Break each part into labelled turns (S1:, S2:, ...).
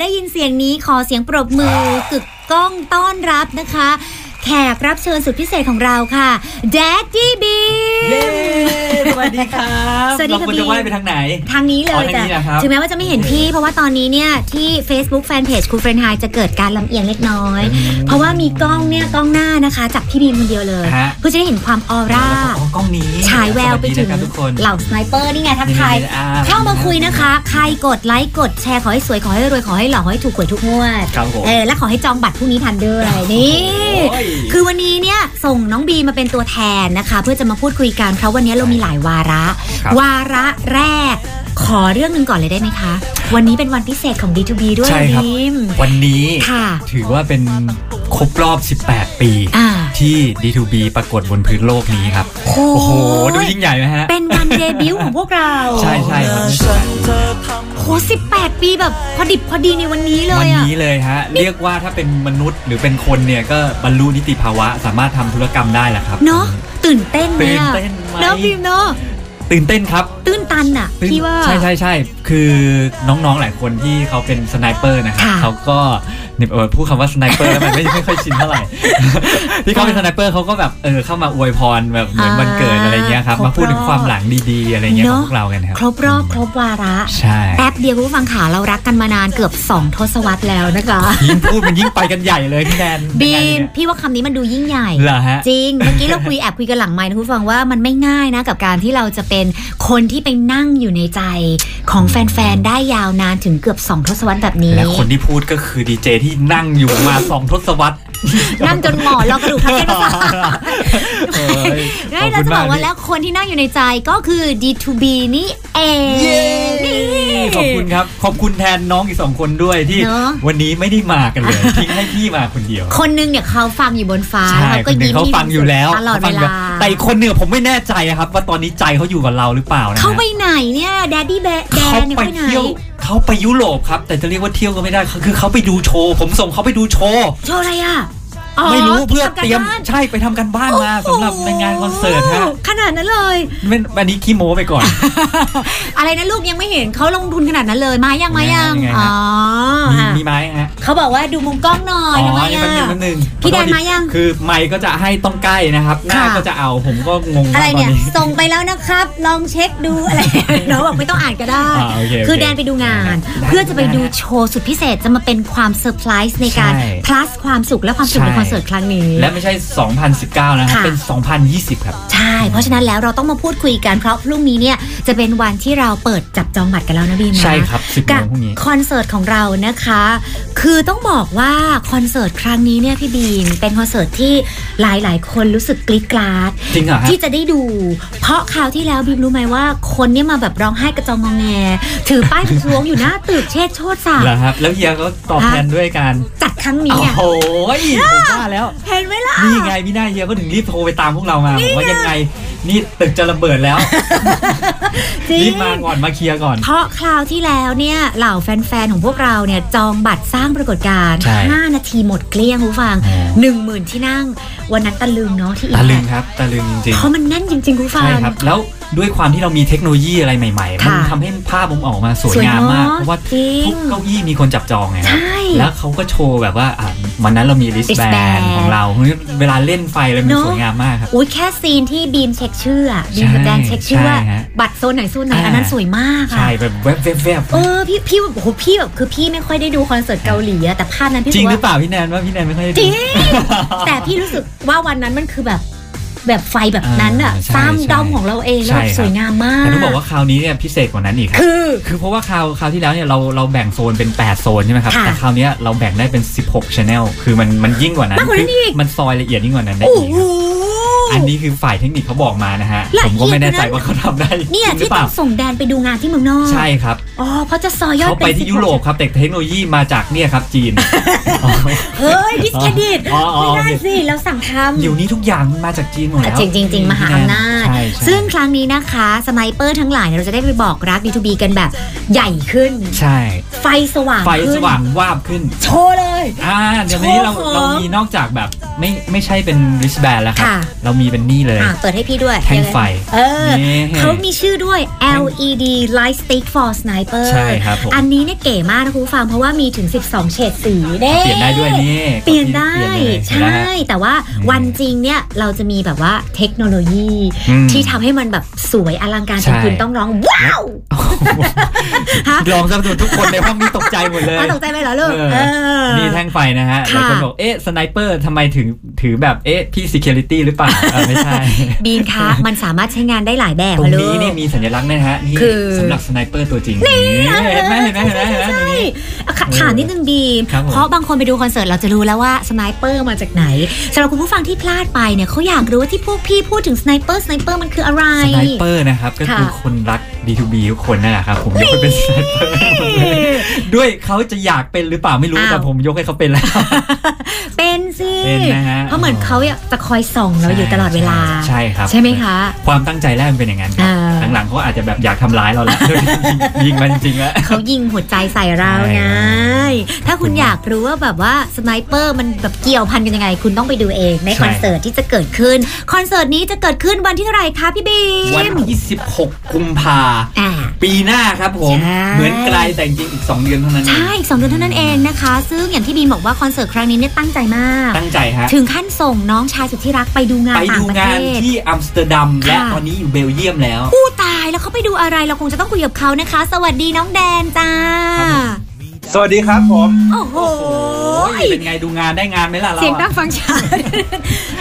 S1: ได้ยินเสียงนี้ขอเสียงปรบมือกึกก้องต้อนรับนะคะ แขกรับเชิญสุดพิเศษของเราค่ะแดดดี้บี
S2: เย้สวัสดีครับ
S1: สวัสดีครับ
S2: เราควร
S1: พี่
S2: จะว่ายไปทางไหน
S1: ทางนี้เล
S2: อ๋อย ทา
S1: แต่
S2: งนี้นะครับ
S1: ถึงแม้ว่าจะไม่เห็นพี่ เพราะว่าตอนนี้เนี่ย ที่ Facebook Fanpage ครูเฟรนไฮจะเกิดการลำเอียงเล็กน้อย เพราะว่ามีกล้องเนี่ยกล้องหน้านะคะจากพี่บีมคนเดียวเลย
S2: ฮะ
S1: เพื่อจะได้เห็นความออร่า
S2: อ๋อกล้องนี้
S1: ฉายแววไปถึง
S2: สสดีนะครับทุกคน
S1: เหล่าสไนเปอร์นี่ไงทักทาย
S2: นี่ๆอ่
S1: เข้ามาคุยนะคะ ใครกดไลค์กดแชร์ขอให้สวยขอให้รวยขอให้หล่อขอให้ถูกหวยทุกงวด
S2: ครับผม
S1: เออและขอให้จองบัตรพรุ่งนี้ทันด้วยนี่
S2: โย
S1: คือวันนี้เนี่ยส่งน้องบีมาเป็นตัวแทนนะคะ เพื่อจะมาพูดคุยกันเพราะวันนี้เรามีหลายวาระ
S2: ครับ
S1: วาระแรก ขอเรื่องหนึ่งก่อนเลยได้ไหมคะ วันนี้เป็นวันพิเศษของ D2B ด้วย
S2: ใช่ครับ
S1: บีม
S2: วันนี้
S1: ค่ะ
S2: ถือว่าเป็นครบรอบ 18 ปี
S1: อ่า
S2: ที่ D2B ปรากฏบนพื้นโลกนี้ครับ
S1: โอ้โห
S2: โอ้โห ดูยิ่งใหญ่ไหมฮะ
S1: เป็นวันเดบิวต์ของพวกเรา
S2: ใช่ใช่ครับ
S1: โหสิบแปดปีแบบพอดิบพอดีในวันนี้เล
S2: วั
S1: ย
S2: น
S1: อ่ะ
S2: นี้เลยฮะ เรียกว่าถ้าเป็นมนุษย์หรือเป็นคนเนี่ย ก็บรรลุนิติภาวะ สามารถทำธุรกรรมได้แหละครับ
S1: เนาะตื่นเต้นไหม
S2: ตื่
S1: อะ
S2: นเต้นไหม
S1: เนาะบีมเนาะ
S2: ตื่นเต้นครับ
S1: ตื่นตันอ่ะ
S2: ซึ่ง
S1: พี่ว่า
S2: ใช่ใช่ใช่คือน้องๆหลายคนที่เขาเป็นสไนเปอร์นะครับ
S1: ค่ะ
S2: เขาก็เนี่ยเออพูดคำว่าสไนเปอร์ แล้วมันไม่ ไม่ค่อยชินเท่าไหร่ ที่เขาเป็นสไนเปอร์เขาก็แบบเออเข้ามาอวยพรแบบเหมือน
S1: อ่า
S2: วันเกิดอะไรเงี้ยครับ
S1: ครบ
S2: มาพูดถึงความหลังดีๆ อะไรเงี้ยข
S1: เน
S2: อ
S1: อะ
S2: งพวกเรากันครับ
S1: ครบรอบครบวาระ
S2: ใช่
S1: แป๊บเดียวคุณผู้ฟังขาเรารักกันมานานเกือบ 2 ทศวรรษแล้วนะคะ
S2: ยิ่งพูดมันยิ่งไปกันใหญ่เลยพี่แดน
S1: บี
S2: ยังไง
S1: ม พี่ว่าคำนี้มันดูยิ่งใหญ่
S2: เนี่ยเหรอฮะ
S1: จริง เมื่อกี้เราคุย แอบคุยกันหลังไมค์นะคุณผู้ฟังว่ามันไม่ง่ายนะ กับการที่เราจะเป็นคนที่ไปนั่งอยู่ในใจของแฟน ๆ ได้ยาวนานถึงเกือบ 2 ทศวรรษแบบนี้
S2: และคนที่พูดก็คือดีเจที่นั่งอยู่มา สองทศวรรษ
S1: นั่งจนหมอรอกระดูกทับเส้นประสาท
S2: เอ้ย
S1: ง่าย
S2: ข
S1: เรา
S2: คุณ
S1: จะบอก
S2: ม
S1: ว่า
S2: พี่
S1: แล้วคนที่นั่งอยู่ในใจก็คือ D2B นี่เอง
S2: เย้
S1: นี่
S2: ขอบคุณครับ ขอบคุณแทนน้องอีกสองคนด้วยที่
S1: เนอะ
S2: วันนี้ไม่ได้มากันเลย ทิ้งให้พี่มาคนเดียว
S1: คนนึงเนี่ยเขาฟังอยู่บนฟ้า
S2: ใช่
S1: แล้ว
S2: ค
S1: ก็
S2: นหนึ่
S1: ยิ้ม
S2: งเขาฟังอยู่แล้ว
S1: ตลอด
S2: ข
S1: เว
S2: ฟังยู่
S1: ลา
S2: แต่อีกคนหนึ่งผมไม่แน่ใจครับ ว่าตอนนี้ใจเขาอยู่กับเราหรือเปล่านะฮะ
S1: เขาไปไหนเนี่ยแดดดี้แบแด
S2: เขา
S1: นเนี่ย
S2: ไป
S1: เขาไปไหน
S2: เที่ยวเขาไปยุโรปครับ แต่จะเรียกว่าเที่ยวก็ไม่ได้คือเขาไปดูโชว์ผมส่งเขาไปดูโชว์
S1: โชว์อะไรอ่ะอ๋อ
S2: ไม่รู้เพื่อ
S1: ทำการ
S2: เตรียม
S1: บ้าน
S2: ใช่ไปทำกันบ้านมาสำหรับในงานคอนเสิร์ตฮะ
S1: โอ้โหขนาดนั้นเลย
S2: ไม่อันนี้ขี้โม้ไปก่อน
S1: อะไรนะลูกยังไม่เห็นเขาลงทุนขนาดนั้นเลยมายังมายัง
S2: ยังไงฮะ
S1: อ๋อ
S2: มี
S1: อ่ะ
S2: มีไหมฮะ
S1: เขาบอกว่าดูมุมกล้องหน่อยทำไม
S2: นี่
S1: อ่ะ
S2: แป๊บนึงแป๊บนึง
S1: พี่แดนมายัง
S2: คือไมค์ก็จะให้ต้องใกล้นะครับ หน้า
S1: ค่ะ
S2: ก็จะเอาผมก็งงมาก
S1: อะไรเนี่ย
S2: ตอ
S1: ส่งไปแล้วนะครับ ลองเช็คดูอะไร น้องบอกไม่ต้องอ่านก็ได้
S2: อ่าโอเคโอเค
S1: คือแดนไปดูงาน
S2: ได้
S1: เพื่อจะไปดูโชว์สุดพิเศษจะมาเป็นความเซอร์ไพรส์ในการ
S2: ใช่
S1: plus ความสุขและความสุขในคอ
S2: ใช่
S1: นเสิร์ตครั้งนี้
S2: และไม่ใช่ 2019 นะครับ
S1: ค่ะ
S2: เป็น 2020 ครับ
S1: ใช่ เพราะฉะนั้นแล้วเราต้องมาพูดคุยกัน เพราะพรุ่งนี้เนี่ยจะเป็นวันที่เราเปิดจับจองบัตรกันแล้วนะบีมนะ
S2: ใช่ครับ10โม
S1: กับ
S2: งพรุ่งนี้
S1: คอนเสิร์ตของเรานะคะ คือต้องบอกว่าคอนเสิร์ตครั้งนี้เนี่ยพี่บีมเป็นคอนเสิร์ตที่หลายๆ คนรู้สึกกรี๊ดกราด
S2: จริงเหรอฮะ
S1: ที่จะได้ดู เพราะคราวที่แล้วบีมรู้ไหมว่า คนเนี่ยมาแบบร้องไห้กระจองงอแง ถือป้ายประท้วงอยู่หน้าตึกเชษฐ์โชติศัก
S2: เหร
S1: ดิ์
S2: อครับ แล้วเฮียก็ตอบแทนด้วยการ
S1: จัดครั้งนี้
S2: โอ้
S1: เนี่ย
S2: โหยผมว่าแล้ว
S1: เห็นไหมล่ะ
S2: นี่ไงพี่หน้าเฮียก็ถึงรีบโทรไปตามพวกเรามาบอกว่ายังไง นี่ตึกจะระเบิดแล้ว
S1: จริง
S2: รีบมาก่อนมาเคลียร์ก่อน
S1: เพราะคราวที่แล้วเนี่ยเหล่าแฟน ๆ ของพวกเราเนี่ยจองบัตรสร้างปรากฏการณ์
S2: ใช่
S1: 5 นาทีหมดเกลี้ยงคุณผู้ฟัง
S2: อ๋อ
S1: 1 0,000 ที่นั่ง วันนั้นตะลึงเนาะที่
S2: ตะ
S1: ก
S2: ลึงครับ ตะลึงจริงๆ
S1: เพราะมันแน่นจริง ๆ คุณผู้ฟั
S2: ใช่
S1: ง
S2: ครับ แล้วด้วยความที่เรามีเทคโนโลยีอะไรใหม่ๆ มั
S1: ค่ะ
S2: ทำให้ภาพมันออกมาสวยงามมาก
S1: สวยเนอะ
S2: เพราะว่า
S1: จริง
S2: ทุกเก้าอี้มีคนจับจองไงค
S1: ใช่
S2: รับแล้วเขาก็โชว์แบบว่าอ่ะวันนั้นเรามี i s t b a n
S1: wristband
S2: d ของเราเวลาเล่นไฟอะไรมัน
S1: เนอะ
S2: สวยงามมากครับ
S1: อุ้ยแค่ซีนที่บีมเช็คชื่ออะบีมกับแดนเช็คชื่อว่า
S2: ใช่ฮะ
S1: บัตรโซนไหนโซนไหน
S2: อ่า
S1: อันนั้นสวยมาก
S2: ใช่
S1: อะ
S2: แบบแวบๆๆ
S1: เออพี่พี่แบบโอ้โหพี่แบบคือพี่ไม่ค่อยได้ดูคอนเสิร์ตเกาหลีอะแต่ภาพนั้นพี่
S2: จริงห
S1: สึ
S2: รือก เปล่าพี่แนนว่าพี่แนนไม่ค่อยได้
S1: จ
S2: ดู
S1: ริง แต่พี่รู้สึกว่าวันนั้นมันคือแบบแบบไฟแบบนั้นอะ
S2: อ่าใช่
S1: ตาม
S2: ใช่
S1: ดอมของเราเองแล้วแบบ
S2: ใช่ครับ
S1: สวยงามมาก
S2: แต่ต้องบอกว่าคราวนี้เนี่ยพิเศษกว่านั้นอีกครับ
S1: คือ
S2: คือเพราะว่าคราวคราวที่แล้วเนี่ยเราเราแบ่งโซนเป็น 8 โซนใช่ไหมครับ
S1: ค่ะ
S2: แต่คราวเนี้ยเราแบ่งได้เป็น 16 Channel คือมันมันยิ่งกว่านั้น
S1: มากกว่านั้นอีก
S2: มันซอยละเอียดยิ่งกว่านั้นได้
S1: โอ้
S2: อีก
S1: โห
S2: ครับ อันนี้คือฝ่ายเทคนิคเขาบอกมานะฮะ
S1: ละ
S2: ผมก็ไม่แน่ใจ
S1: เอียดนะ
S2: ว่าเขาทำได้จริ
S1: เนี่ย
S2: งหรื
S1: ที่
S2: อเป
S1: ต้
S2: ล่า
S1: องส่งแดนไปดูงานที่เมืองนอก
S2: ใช่ครับ
S1: อ๋อเพราะจะซอยยอด
S2: เขาไปที่
S1: 16
S2: ยุโรปครับ แต่เทคโนโลยีมาจากเนี่ยครับจีน
S1: เฮ้ยดิสเครดิต
S2: อ๋ออ๋อ
S1: ไม่
S2: โอ
S1: ได้
S2: เค
S1: สิเราสั่งทำ
S2: เดี๋ยวนี้ทุกอย่างมันมาจากจีนหมดแล้ว
S1: จริงจริงจริงๆมหาอำนาจ
S2: ใช่ใช่
S1: ซึ่งครั้งนี้นะคะสไนเปอร์ทั้งหลายเนี่ยเราจะได้ไปบอกรัก B2B กันแบบใหญ่ขึ้น
S2: ใช่
S1: ไฟสว่าง
S2: ไฟ
S1: ขึ้น
S2: สว่างวาบขึ้น
S1: โชว์เลย
S2: อ่า เดี๋ยวนี้เรา
S1: โชว์ของ
S2: เรามีนอกจากแบบ ไม่ไม่ใช่เป็น wristband แล้วครับ
S1: ค่ะ
S2: เรามีเป็นนี่เลย
S1: อ่ะเปิดให้พี่ด้วย
S2: แท่งไฟ
S1: เออ
S2: นี่
S1: เขามีชื่อด้วย LED Light Stick for Sniper
S2: ใช่ครับผม
S1: อันนี้เนี่ยเก๋มากนะคุณผู้ฟังเพราะว่ามีถึง 12 เฉดสีเด้
S2: เปลี่ยนได้ด้วยนี่
S1: เปลี่ยนได้
S2: เปลี่ยนเลยเห็นไหม
S1: ใช่
S2: ฮะ
S1: แต่ว่าวันจริงเนี่ยเราจะมีแบบว่าเทคโนโลยี
S2: อืม
S1: ที่ทำให้มันแบบสวยอลังการจ
S2: ใช่
S1: นคุณต้องร้อง ว้าว ฮะ
S2: ลองซะจนทุกคนในห้องนี้ตกใจหมดเลย
S1: อ้าวตกใจไปเหรอลูก
S2: เออ
S1: เออ
S2: นี่แท่งไฟนะฮะห
S1: ค่ะ
S2: ลายคนบอก เอ๊ะ สไนเปอร์ทำไมถึงถือแบบ เอ๊ะ พี่ security หรือเปล่าเออไม่ใช่
S1: บีนคะมันสามารถใช้งานได้หลายแบบ
S2: ตรง
S1: อะลูก
S2: นี้เนี่ยมีสัญลักษณ์นะฮะ นี่
S1: คือ
S2: สำหรับสไนเปอร์ตัวจริง นี่เห็นไหมเห็นไหมเห็นไหมเห็นไหมตรงนี้
S1: อ่ะค่ะถามนิดนึงบีม
S2: ครับผม
S1: เพราะบางคนไปดูคอนเสิร์ตเราจะรู้แล้วว่าสไนเปอร์มาจากไหนสำหรับคุณผู้ฟังที่พลาดไปเนี่ยเขาอยากรู้ว่าที่พวกพี่พูดถึงสไนเปอร์สไนเปอร์มันคืออะไร
S2: สไนเปอร์นะครับ ก็คือ
S1: ค่ะ
S2: คนรัก B2B ทุกคนนั่นแหละครับ ผมยกให้เป็น สไนเปอร์หมดเลยด้วยเขาจะอยากเป็นหรือเปล่าไม่รู้แต่ผมยกให้เขาเป็นแล้ว
S1: เป็นสิ
S2: เป็นนะฮะ
S1: เพราะเหมือนเขาอยากจะคอยส่องเราอยู่ตลอดเวลา
S2: ใช่ครับ
S1: ใช่ไหมคะ
S2: ความตั้งใจแรกมันเป็นอย่างนั้นค
S1: อ่
S2: รั
S1: า
S2: บหลังๆเขาอาจจะ แบบอยากทำร้ายเราแล้ว ยิงมันจริงๆแล้ว
S1: เขายิงหัวใจใส่เรา
S2: ใช่
S1: ไง ถ้าคุณอยากรู้ว่าแบบว่าสไนเปอร์มันแบบเกี่ยวพันกันยังไง คุณต้องไปดูเองใน
S2: ใช่
S1: คอนเสิร์ตที่จะเกิดขึ้น คอนเสิร์ตนี้จะเกิดขึ้นวันที่เท่าไหร่คะพี่บี
S2: วัน
S1: ม
S2: ที่16กุมภา
S1: อ่า
S2: ปีหน้าครับผม
S1: ใช่
S2: เหมือนไกลแต่จริงๆอีก 2 เดือนเท่านั้นเอง
S1: ใช่อีกสองเดือนเท่านั้นเองนะคะ ซึ่งอย่างที่บีมบอกว่าคอนเสิร์ตครั้งนี้เนี่ยตั้งใจมาก
S2: ตั้งใจฮะ
S1: ถึงขั้นส่งน้องชายสุดที่รักไปดูงาน
S2: ไป
S1: ต่า
S2: ดู
S1: งประ
S2: งา
S1: เทศ
S2: นที่อัมสเตอร์ดัม
S1: ค่ะ
S2: และตอนนี้อยู่เบลเยียมแล้ว
S1: อู้ตายแล้วเขาไปดูอะไรเราคงจะต้องคุยกับเขานะคะ สวัสดีน้องแดนจ้า
S3: สวัสดีครับผม
S1: โอ้โห
S2: เป็นไงดูงานได้งานไหมล่ะเรา
S1: เสียงดั
S2: อะ
S1: งฟังชัด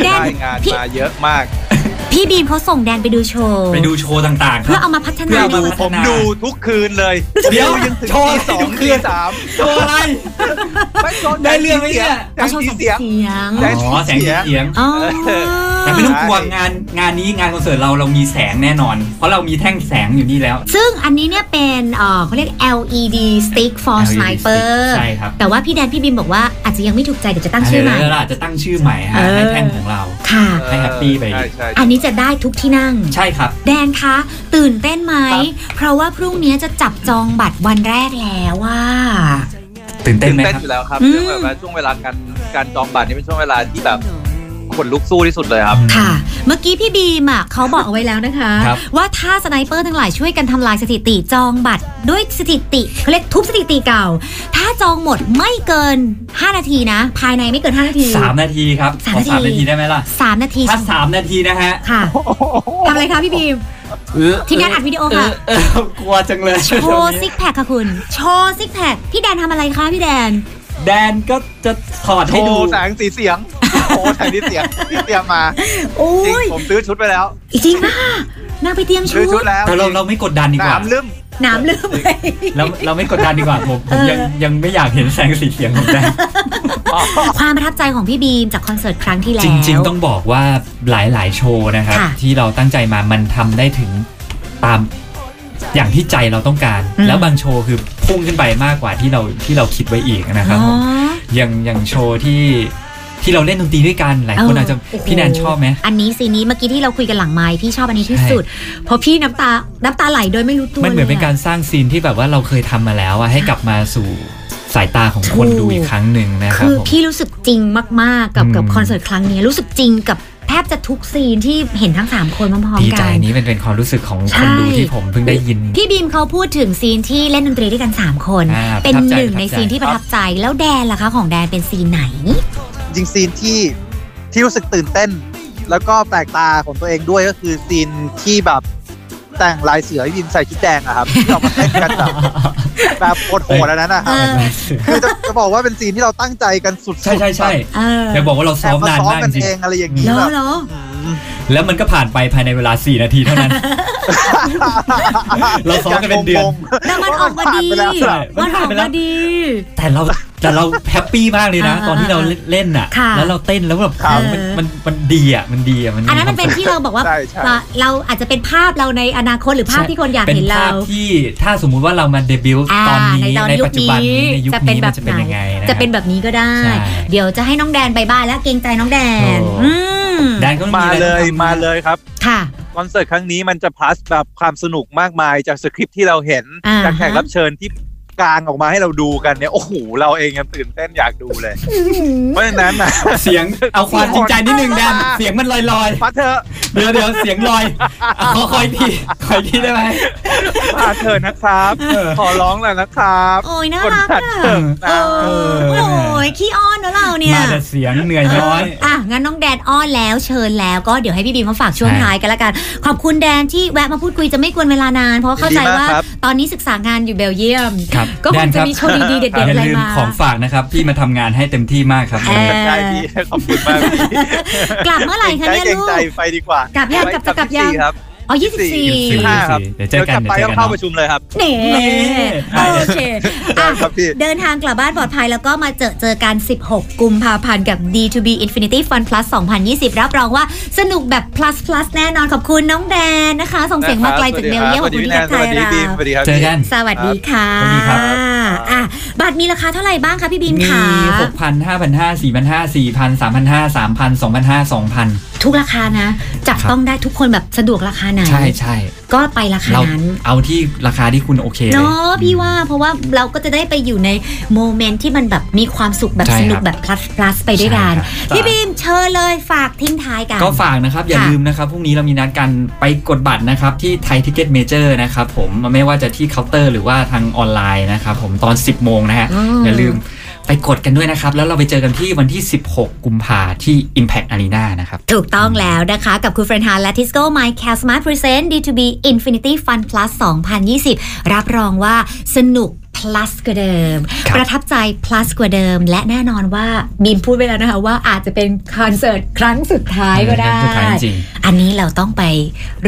S1: แดน
S3: ได้งาน
S1: พี่
S3: มาเยอะมาก
S1: พี่บีมเขาส่งแดนไปดูโชว์
S2: ไปดูโชว์ต่างๆค
S1: เพื่อ
S2: รับ
S1: เอามาพัฒ
S2: เพื่
S1: นา
S2: อเอา
S1: ดู
S2: มาพัฒ
S3: ผม
S2: นา
S3: ดูทุกคืนเลย
S2: เดี๋ยว
S3: ยัถึง
S2: โชว์
S3: ตี
S2: ส
S3: ส
S2: อ
S3: อง ง
S2: คื
S3: ตี
S2: น
S3: สาม
S2: โชว์อะไร
S3: ไม่โชว์
S2: ได้เรื่องไหมเนี่ย
S3: แส
S1: เอา
S3: ง
S1: โชว์
S3: สี
S1: แสง
S3: เสียง
S1: เสียง
S3: ได้
S2: อ๋อแสงสีเสียง
S1: อ๋อ
S2: แต่ไม่ต้องกลัวงานงานนี้งานคอนเสิร์ตเราเรามีแสงแน่นอน เพราะเรามีแท่งแสงอยู่นี่แล้ว
S1: ซึ่งอันนี้เนี่ยเป็นเอ่อเขาเรียก LED stick for
S2: LED
S1: sniper
S2: stick ใช่ครับ
S1: แต่ว่าพี่แดนพี่บิมบอกว่าอาจจะยังไม่ถูกใจเดี๋ยวจะตั้งชื่อใหม่
S2: เเราอาจจะตั้งชื่อใหม่ฮะ
S1: เออ
S2: ให้แท่งของเรา
S1: ค่ะ
S2: ให้แฮปปี้ไป
S3: ใช่ใช่
S1: อันนี้จะได้ทุกที่นั่ง
S2: ใช่ครับ
S1: แดนคะ ตื่นเต้นไหม
S2: ครับ
S1: เพราะว่าพรุ่งนี้จะจับจองบัตรวันแรกแล้วว่า
S2: ตื่นเต้
S3: ตื่
S2: น
S3: น
S2: ไหม
S3: เต้น
S2: ครับ
S3: อยู่แล้วครับ
S1: อืม
S3: เรื่องแบบว่าช่วงเวลาการการจองบัตรนี่เป็นช่วงเวลาที่แบบขนลุกสู้ที่สุดเลยครับ
S1: ค่ะ เมื่อกี้พี่บีมอ่ะเขาบอกเอาไว้แล้วนะคะ
S2: ครับ
S1: ว่าถ้าสไนเปอร์ทั้งหลายช่วยกันทำลายสถิติจองบัตรด้วยสถิติเขาเรียกทุบสถิติเก่า ถ้าจองหมดไม่เกิน 5 นาทีนะ ภายในไม่เกิน 5 นาที
S2: สามนาทีครับ
S1: สาม
S2: ขอ
S1: นาที
S2: สามนาทีได้ไหมล่ะ
S1: สามนาที
S2: ถ้าสามนาทีนะฮะ
S1: ค่ะทำอะไรคะพี่บีม ทีมงานอัดวิดีโอค่ะ
S2: เออเออกลัวจังเลย
S1: โชว์ซิกแพคค่ะคุณ โชว์ซิกแพคพี่แดนทำอะไรคะพี่แดน
S2: แดนก็จะถอด
S3: โช
S2: ให้ดู
S3: ว์แสงสีเสียง โอ้แสงสีเสียงที่เตรียมมา
S1: โอ้
S3: จริง
S1: ย
S3: ผมซื้อชุดไปแล้ว
S1: จริงป่ะนางไปเตรียมชุ
S3: ซื้อชุ
S1: ด
S3: ดแล้ว
S2: แต่เราเราไม่กดดันดีกว่า
S3: น้ำลืม
S1: น้ำลืมไป
S2: เราเราไม่กดดันดีกว่าผมผม
S1: เออ
S2: ยังยังไม่อยากเห็นแสงสีเสียงของแดน
S1: ความประทับใจของพี่บีมจากคอนเสิร์ตครั้งที่แล้ว
S2: จริง ๆ ต้องบอกว่าหลายๆ โชว์นะครับ
S1: ค่ะ
S2: ที่เราตั้งใจมามันทำได้ถึงตามอย่างที่ใจเราต้องการ
S1: อืม
S2: แล้วบางโชว์คือพุ่งขึ้นไปมากกว่าที่เราที่เราคิดไว้อีกนะครับ
S1: อ๋
S2: ผ
S1: อ
S2: มอย่างอย่างโชว์ที่ที่เราเล่นดนตรีด้วยกันหลายคนอาจจะ
S1: เออ
S2: พี่แนน
S1: โโห
S2: ชอบไหม
S1: อันนี้ซีนนี้เมื่อกี้ที่เราคุยกันหลังไม้พี่ชอบอันนี้ที่สุด เพราะพี่น้ำตา น้ำตาไหลโดยไม่รู้ตัว
S2: มันเหมือนเป็น
S1: ลยะ
S2: การสร้างซีนที่แบบว่าเราเคยทำมาแล้วอะให้กลับมาสู่สายตาของคน
S1: ถูก
S2: ดูอีกครั้งหนึ่งนะครับ
S1: คือ
S2: ผม
S1: พี่รู้สึกจริงมาก ๆ กับ
S2: อืม
S1: กับคอนเสิร์ตครั้งนี้ รู้สึกจริงกับแทบจะทุกซีนที่เห็นทั้ง 3 คนพร้อม
S2: ดี
S1: ๆ
S2: ใจ
S1: กัน
S2: นี้มันเป็นความรู้สึกของ
S1: ใช่
S2: คนดูที่ผมเพิ่งได้ยิน
S1: พี่บีมเขาพูดถึงซีนที่เล่นดนตรีด้วยกัน 3 คน
S2: อ่า
S1: เป็น
S2: ประทับใจ
S1: หนึ่ง
S2: ประทับ
S1: ใน
S2: ใจ
S1: ซีนที่ประทับใจแล้วแดนล่ะคะ ของแดนเป็นซีนไหน
S3: จริงๆซีนที่ที่รู้สึกตื่นเต้น แล้วก็แปลกตาของตัวเองด้วยก็คือซีนที่แบบแต่งลายเสือยินใส่ชุดแดงอะครับ ที่เรามาเต้นกันแบบ แบบโหดๆอันนั้นนะค
S1: เอ
S3: รับ
S1: อ
S3: คือจะจะบอกว่าเป็นซีนที่เราตั้งใจกันสุดๆ
S2: ใช่ใช่ใช่
S1: เออ
S2: จะบอกว่าเรา
S3: แอ
S2: ซ้อบ
S3: มาน
S2: มาน
S3: ซ้อม
S2: มาก
S3: กัน
S2: จริ
S3: เอง งอะไรอย่างนี้
S1: เหรอ
S3: แบบ
S1: เหรอ
S3: อืม
S2: แล้วมันก็ผ่านไปภายในเวลา 4 นาทีเท่า นั้น เราซ้อมกันเป็นเดือน
S3: ยังงง
S1: แต่มันออกมาดี
S3: มันผ่านไป
S1: มันออก
S3: แล้ว
S1: มาดี
S2: แต่เราแต่เราแฮปปี้มากเลยนะ
S1: อ่า
S2: ตอนที่เราเล่นอ่ะ
S1: ค่ะ
S2: แล้วเราเต้นแล้วแบบ
S1: ครับ
S2: มันมันมันดีอ่ะ มันดีอ่ะ มัน
S1: อันนั้นมันเป็นที่เราบอกว่า
S3: ใช่ใช่
S1: เราเราอาจจะเป็นภาพเราในอนาคตหรือภาพที่คนอยาก
S2: เป็น
S1: เห็น
S2: ภา
S1: เรา
S2: พที่ถ้าสมมุติว่าเรามาเดบิวต์ตอนนี้
S1: า
S2: ในปัจจุบันนี้ในยุค
S1: จะเป็น
S2: นี้
S1: แบ
S2: มัน
S1: บ
S2: จะ
S1: ไห
S2: เป็นยังไง
S1: จะเป็น
S2: น
S1: แบบนี้ก็ได้
S2: ใช่
S1: เดี๋ยวจะให้น้องแดนไปบ้านแล้วเกรงใจน้องแดน
S2: โอ้
S1: อืม
S2: แดนก็
S3: มาเลยมาเลยครับ
S1: ค่ะ
S3: คอนเสิร์ตครั้งนี้มันจะพลัสแบบความสนุกมากมายจากสคริปต์ที่เราเห็น
S1: อ่า
S3: จากแขกรับเชิญที่ กลางออกมาให้เราดูกันเนี่ยโอ้โหเราเองยังตื่นเต้นอยากดูเลย เพราะฉะนั้นนะ
S2: เสียงเอาความจริงใจนิดนึงแดนเสียงมันลอยลอย
S3: มาเถอะ
S2: ๆเดี๋ยวเดี๋ยวเสียงลอยขอคอยทีคอยทีได้ไหม
S3: มาเถอะนะครับ
S2: เออ
S3: ขอร้องแล้วนะครับ
S1: โอ้ยน่า
S3: คน
S1: รัก
S3: ขัด
S1: อ่ะ
S3: เถิง
S1: เออ
S3: นะ
S1: โอ้ยขี้อ้อนเนอะเราเนี่ย
S2: มาแต่เสียงเหนื่อยน้อย
S1: อ่ะ งั้นน้องแดนอ้อนแล้วเชิญแล้วก็เดี๋ยวให้พี่บีมมาฝากช่วง
S2: ใช่
S1: ท้ายกันละกัน ขอบคุณแดนที่แวะมาพูดคุยจะไม่กวนเวลานาน เพราะเข้าใจ
S3: ดีมาก
S1: ว่า
S3: ครับ
S1: ตอนนี้ศึกษางานอยู่เบลเยียม
S2: ครับ
S1: ก็คงจะมีโชว์ดีๆเด็ดๆ
S2: ย่า
S1: อะไร
S2: ลืม
S1: มา
S2: ของฝากนะครับพี่มาทำงานให้เต็มที่มากครับ
S1: เออ
S3: ได้พี่ขอบคุณมากพี่
S1: กลับเมื่อไหร่คะเนี่ย
S3: เกร
S1: ลู
S3: ง
S1: ก
S3: ใจไปดีกว่าก ก
S1: ลับยังกลับจะกลับยัง
S3: ครับ
S1: อ๋อยี่สิบ
S3: 24
S1: สี่
S2: สี่
S3: ห้าครับ
S2: เดี๋ยวเจอกัน
S3: ลับไป
S2: เดี๋ยวเจอ
S3: ต้อง
S2: กันเน
S3: เข้า
S2: อะ
S3: ประชุมเลยครับ
S1: เน่
S2: เน่
S1: โอเคอ่ะ
S3: ครับพี่
S1: เดินทางกลับบ้านปลอดภัยแล้วก็มาเจอเจอกัน 16 กุมภาพันธ์กับ D2B Infinity Fun Plus 2020 รับรองว่าสนุกแบบ plus plus แน่นอนขอบคุณน้องแดนนะคะ ส่งเสียงมาไกลจากเบลเยียมขอบคุณที่ทัก
S3: ส
S1: ทา
S3: วั
S1: ย
S3: สดี
S1: เรา
S3: พี่แนนสวัสดีครับ
S2: เจ
S1: สวัสดีค่ะ
S2: อกันสวัสดี
S3: พี่
S2: ครับ
S1: อ่ะบัตรมีราคาเท่าไหร่บ้างคะพี่บีม
S2: มี
S1: คะ
S2: หกพันห้าพันห้าสี่พันห้าสี่พันสามพันห้าสามพันสองพันห้าสองพัน
S1: ทุกราคานะ จับ
S2: ครับ
S1: ต้องได้ทุกคนแบบสะดวกราคาไหน
S2: ใช่ใช่
S1: ก็ไปราคา
S2: เรา
S1: นั้น
S2: เอาที่ราคาที่คุณโอเคเลย
S1: เนาะพี่ว่าเพราะว่าเราก็จะได้ไปอยู่ในโมเมนต์ที่มันแบบมีความสุขแบบ
S2: ใช่
S1: สนุก
S2: ครับ
S1: แบบ plus plus ไปด้วยกัน
S2: ใช่ครับ
S1: พี่บีมเชิญเลยฝากทิ้งท้ายกัน
S2: ก็ฝากนะครับ อย่า
S1: ค่ะ
S2: ลืมนะครับพรุ่งนี้เรามีนัดกันไปกดบัตรนะครับ ที่ไทยทิกเก็ตเมเจอร์นะครับผมไม่ว่าจะที่เคาน์เตอร์หรือว่าทางออนไลน์นะครับผมตอน 10 โมงนะฮะ อย่าลืมไปกดกันด้วยนะครับ แล้วเราไปเจอกันที่วันที่ 16 กุมภาที่ Impact Arena นะครับ
S1: ถูกต้องแล้วนะคะ กับคุณเฟรนฮาและทิสโก้ My c a r Smart Present D2B Infinity Fun Plus 2020 รับรองว่าสนุก plus กว่าเดิม
S2: ครับ
S1: ประทับใจ plus กว่าเดิม และแน่นอนว่าบีมพูดไปแล้วนะคะว่าอาจจะเป็นคอนเสิร์ตครั้งสุดท้ายก็ได้
S2: สุดท้ายจริง
S1: อันนี้เราต้องไป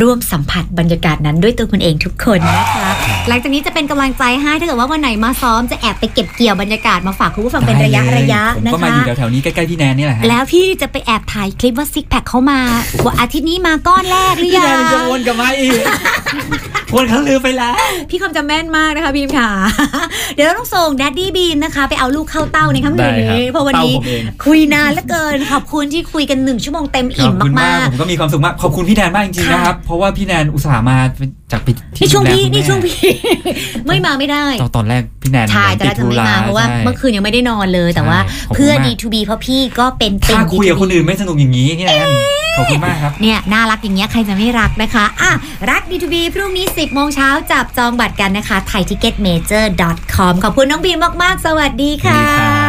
S1: ร่วมสัมผัสบรรยากาศนั้นด้วยตัวคุณเองทุกคนนะคะ หลังจากนี้จะเป็นกำลังใจให้ถ้าเกิดว่าวันไหนมาซ้อมจะแอบไปเก็บเกี่ยวบรรยากาศมาฝากคุณผู้ฟังเป็นระยะระยะ
S2: ผม
S1: นะคะ
S2: ก็มาอยู่แถวๆนี้ใกล้ๆพี่แนนนี่แหละฮะ
S1: แล้วพี่จะไปแอบถ่ายคลิปว่าซิกแพคเขามา ว่าอาทิตย์นี้มาก้อนแรกหรื
S2: พี่
S1: อยั
S2: แนน
S1: ง
S2: มันจะวนกลับมาอี ก วนเขาลืมไปแล้ว
S1: พี่คำจะแม่นมากนะคะบีมค่ะ เดี๋ยวเราต้องส่งแดดดี้บีมนะคะ ไปเอาลูกเข้าเต้าในค่ำคืน
S2: ได้
S1: นี้
S2: ครับ
S1: เพราะวันนี้
S2: เต้าผมเอง
S1: คุยนานเหลือเกิน ขอบคุณที่คุยกันหนึ่งชั่วโมงเต็ม
S2: ข
S1: อิ่
S2: อบ
S1: ม
S2: คุณมาม
S1: าก ก
S2: ผมก็มีความสุขมาก ขอบคุณพี่แนนมากจริงๆ
S1: ค่ะ
S2: นะครับ เพราะว่าพี่แนนอุตส่าห์มาจากไป
S1: ๆ
S2: ที่
S1: นี่ช่วงพี่
S2: ดูแลคุณแม่
S1: นี่ช่วงพี่ ไม่มาไม่ได้
S2: ตอนตอนแรกพี่แนน
S1: ใช่แต่
S2: ติ
S1: เรา
S2: ด
S1: จะ
S2: ธุ
S1: ไม่
S2: ระ
S1: มาเพราะว่า
S2: ใช่
S1: เมื่อคืนยังไม่ได้นอนเลยแต่ว่า
S2: ใช่ขอบคุณ
S1: เพื่อ
S2: มาก
S1: D2B เพราะพี่ก็เป็นติ่
S2: ถ้าง คุยกับ
S1: D2B
S2: คนอื่นไม่สนุกอย่างนี้พี่แนนขอบคุณมากครับ
S1: เนี่ยน่ารักอย่างเงี้ยใครจะไม่รักนะคะ อ่ะ รัก D2B พรุ่งนี้ 10 โมงเช้าจับจองบัตรกันนะคะ t h a i t i c k e t m a j o r c o m ขอบคุณน้องบีมมาก ๆ สวัสดีค่ะ
S2: สวัสดีครับ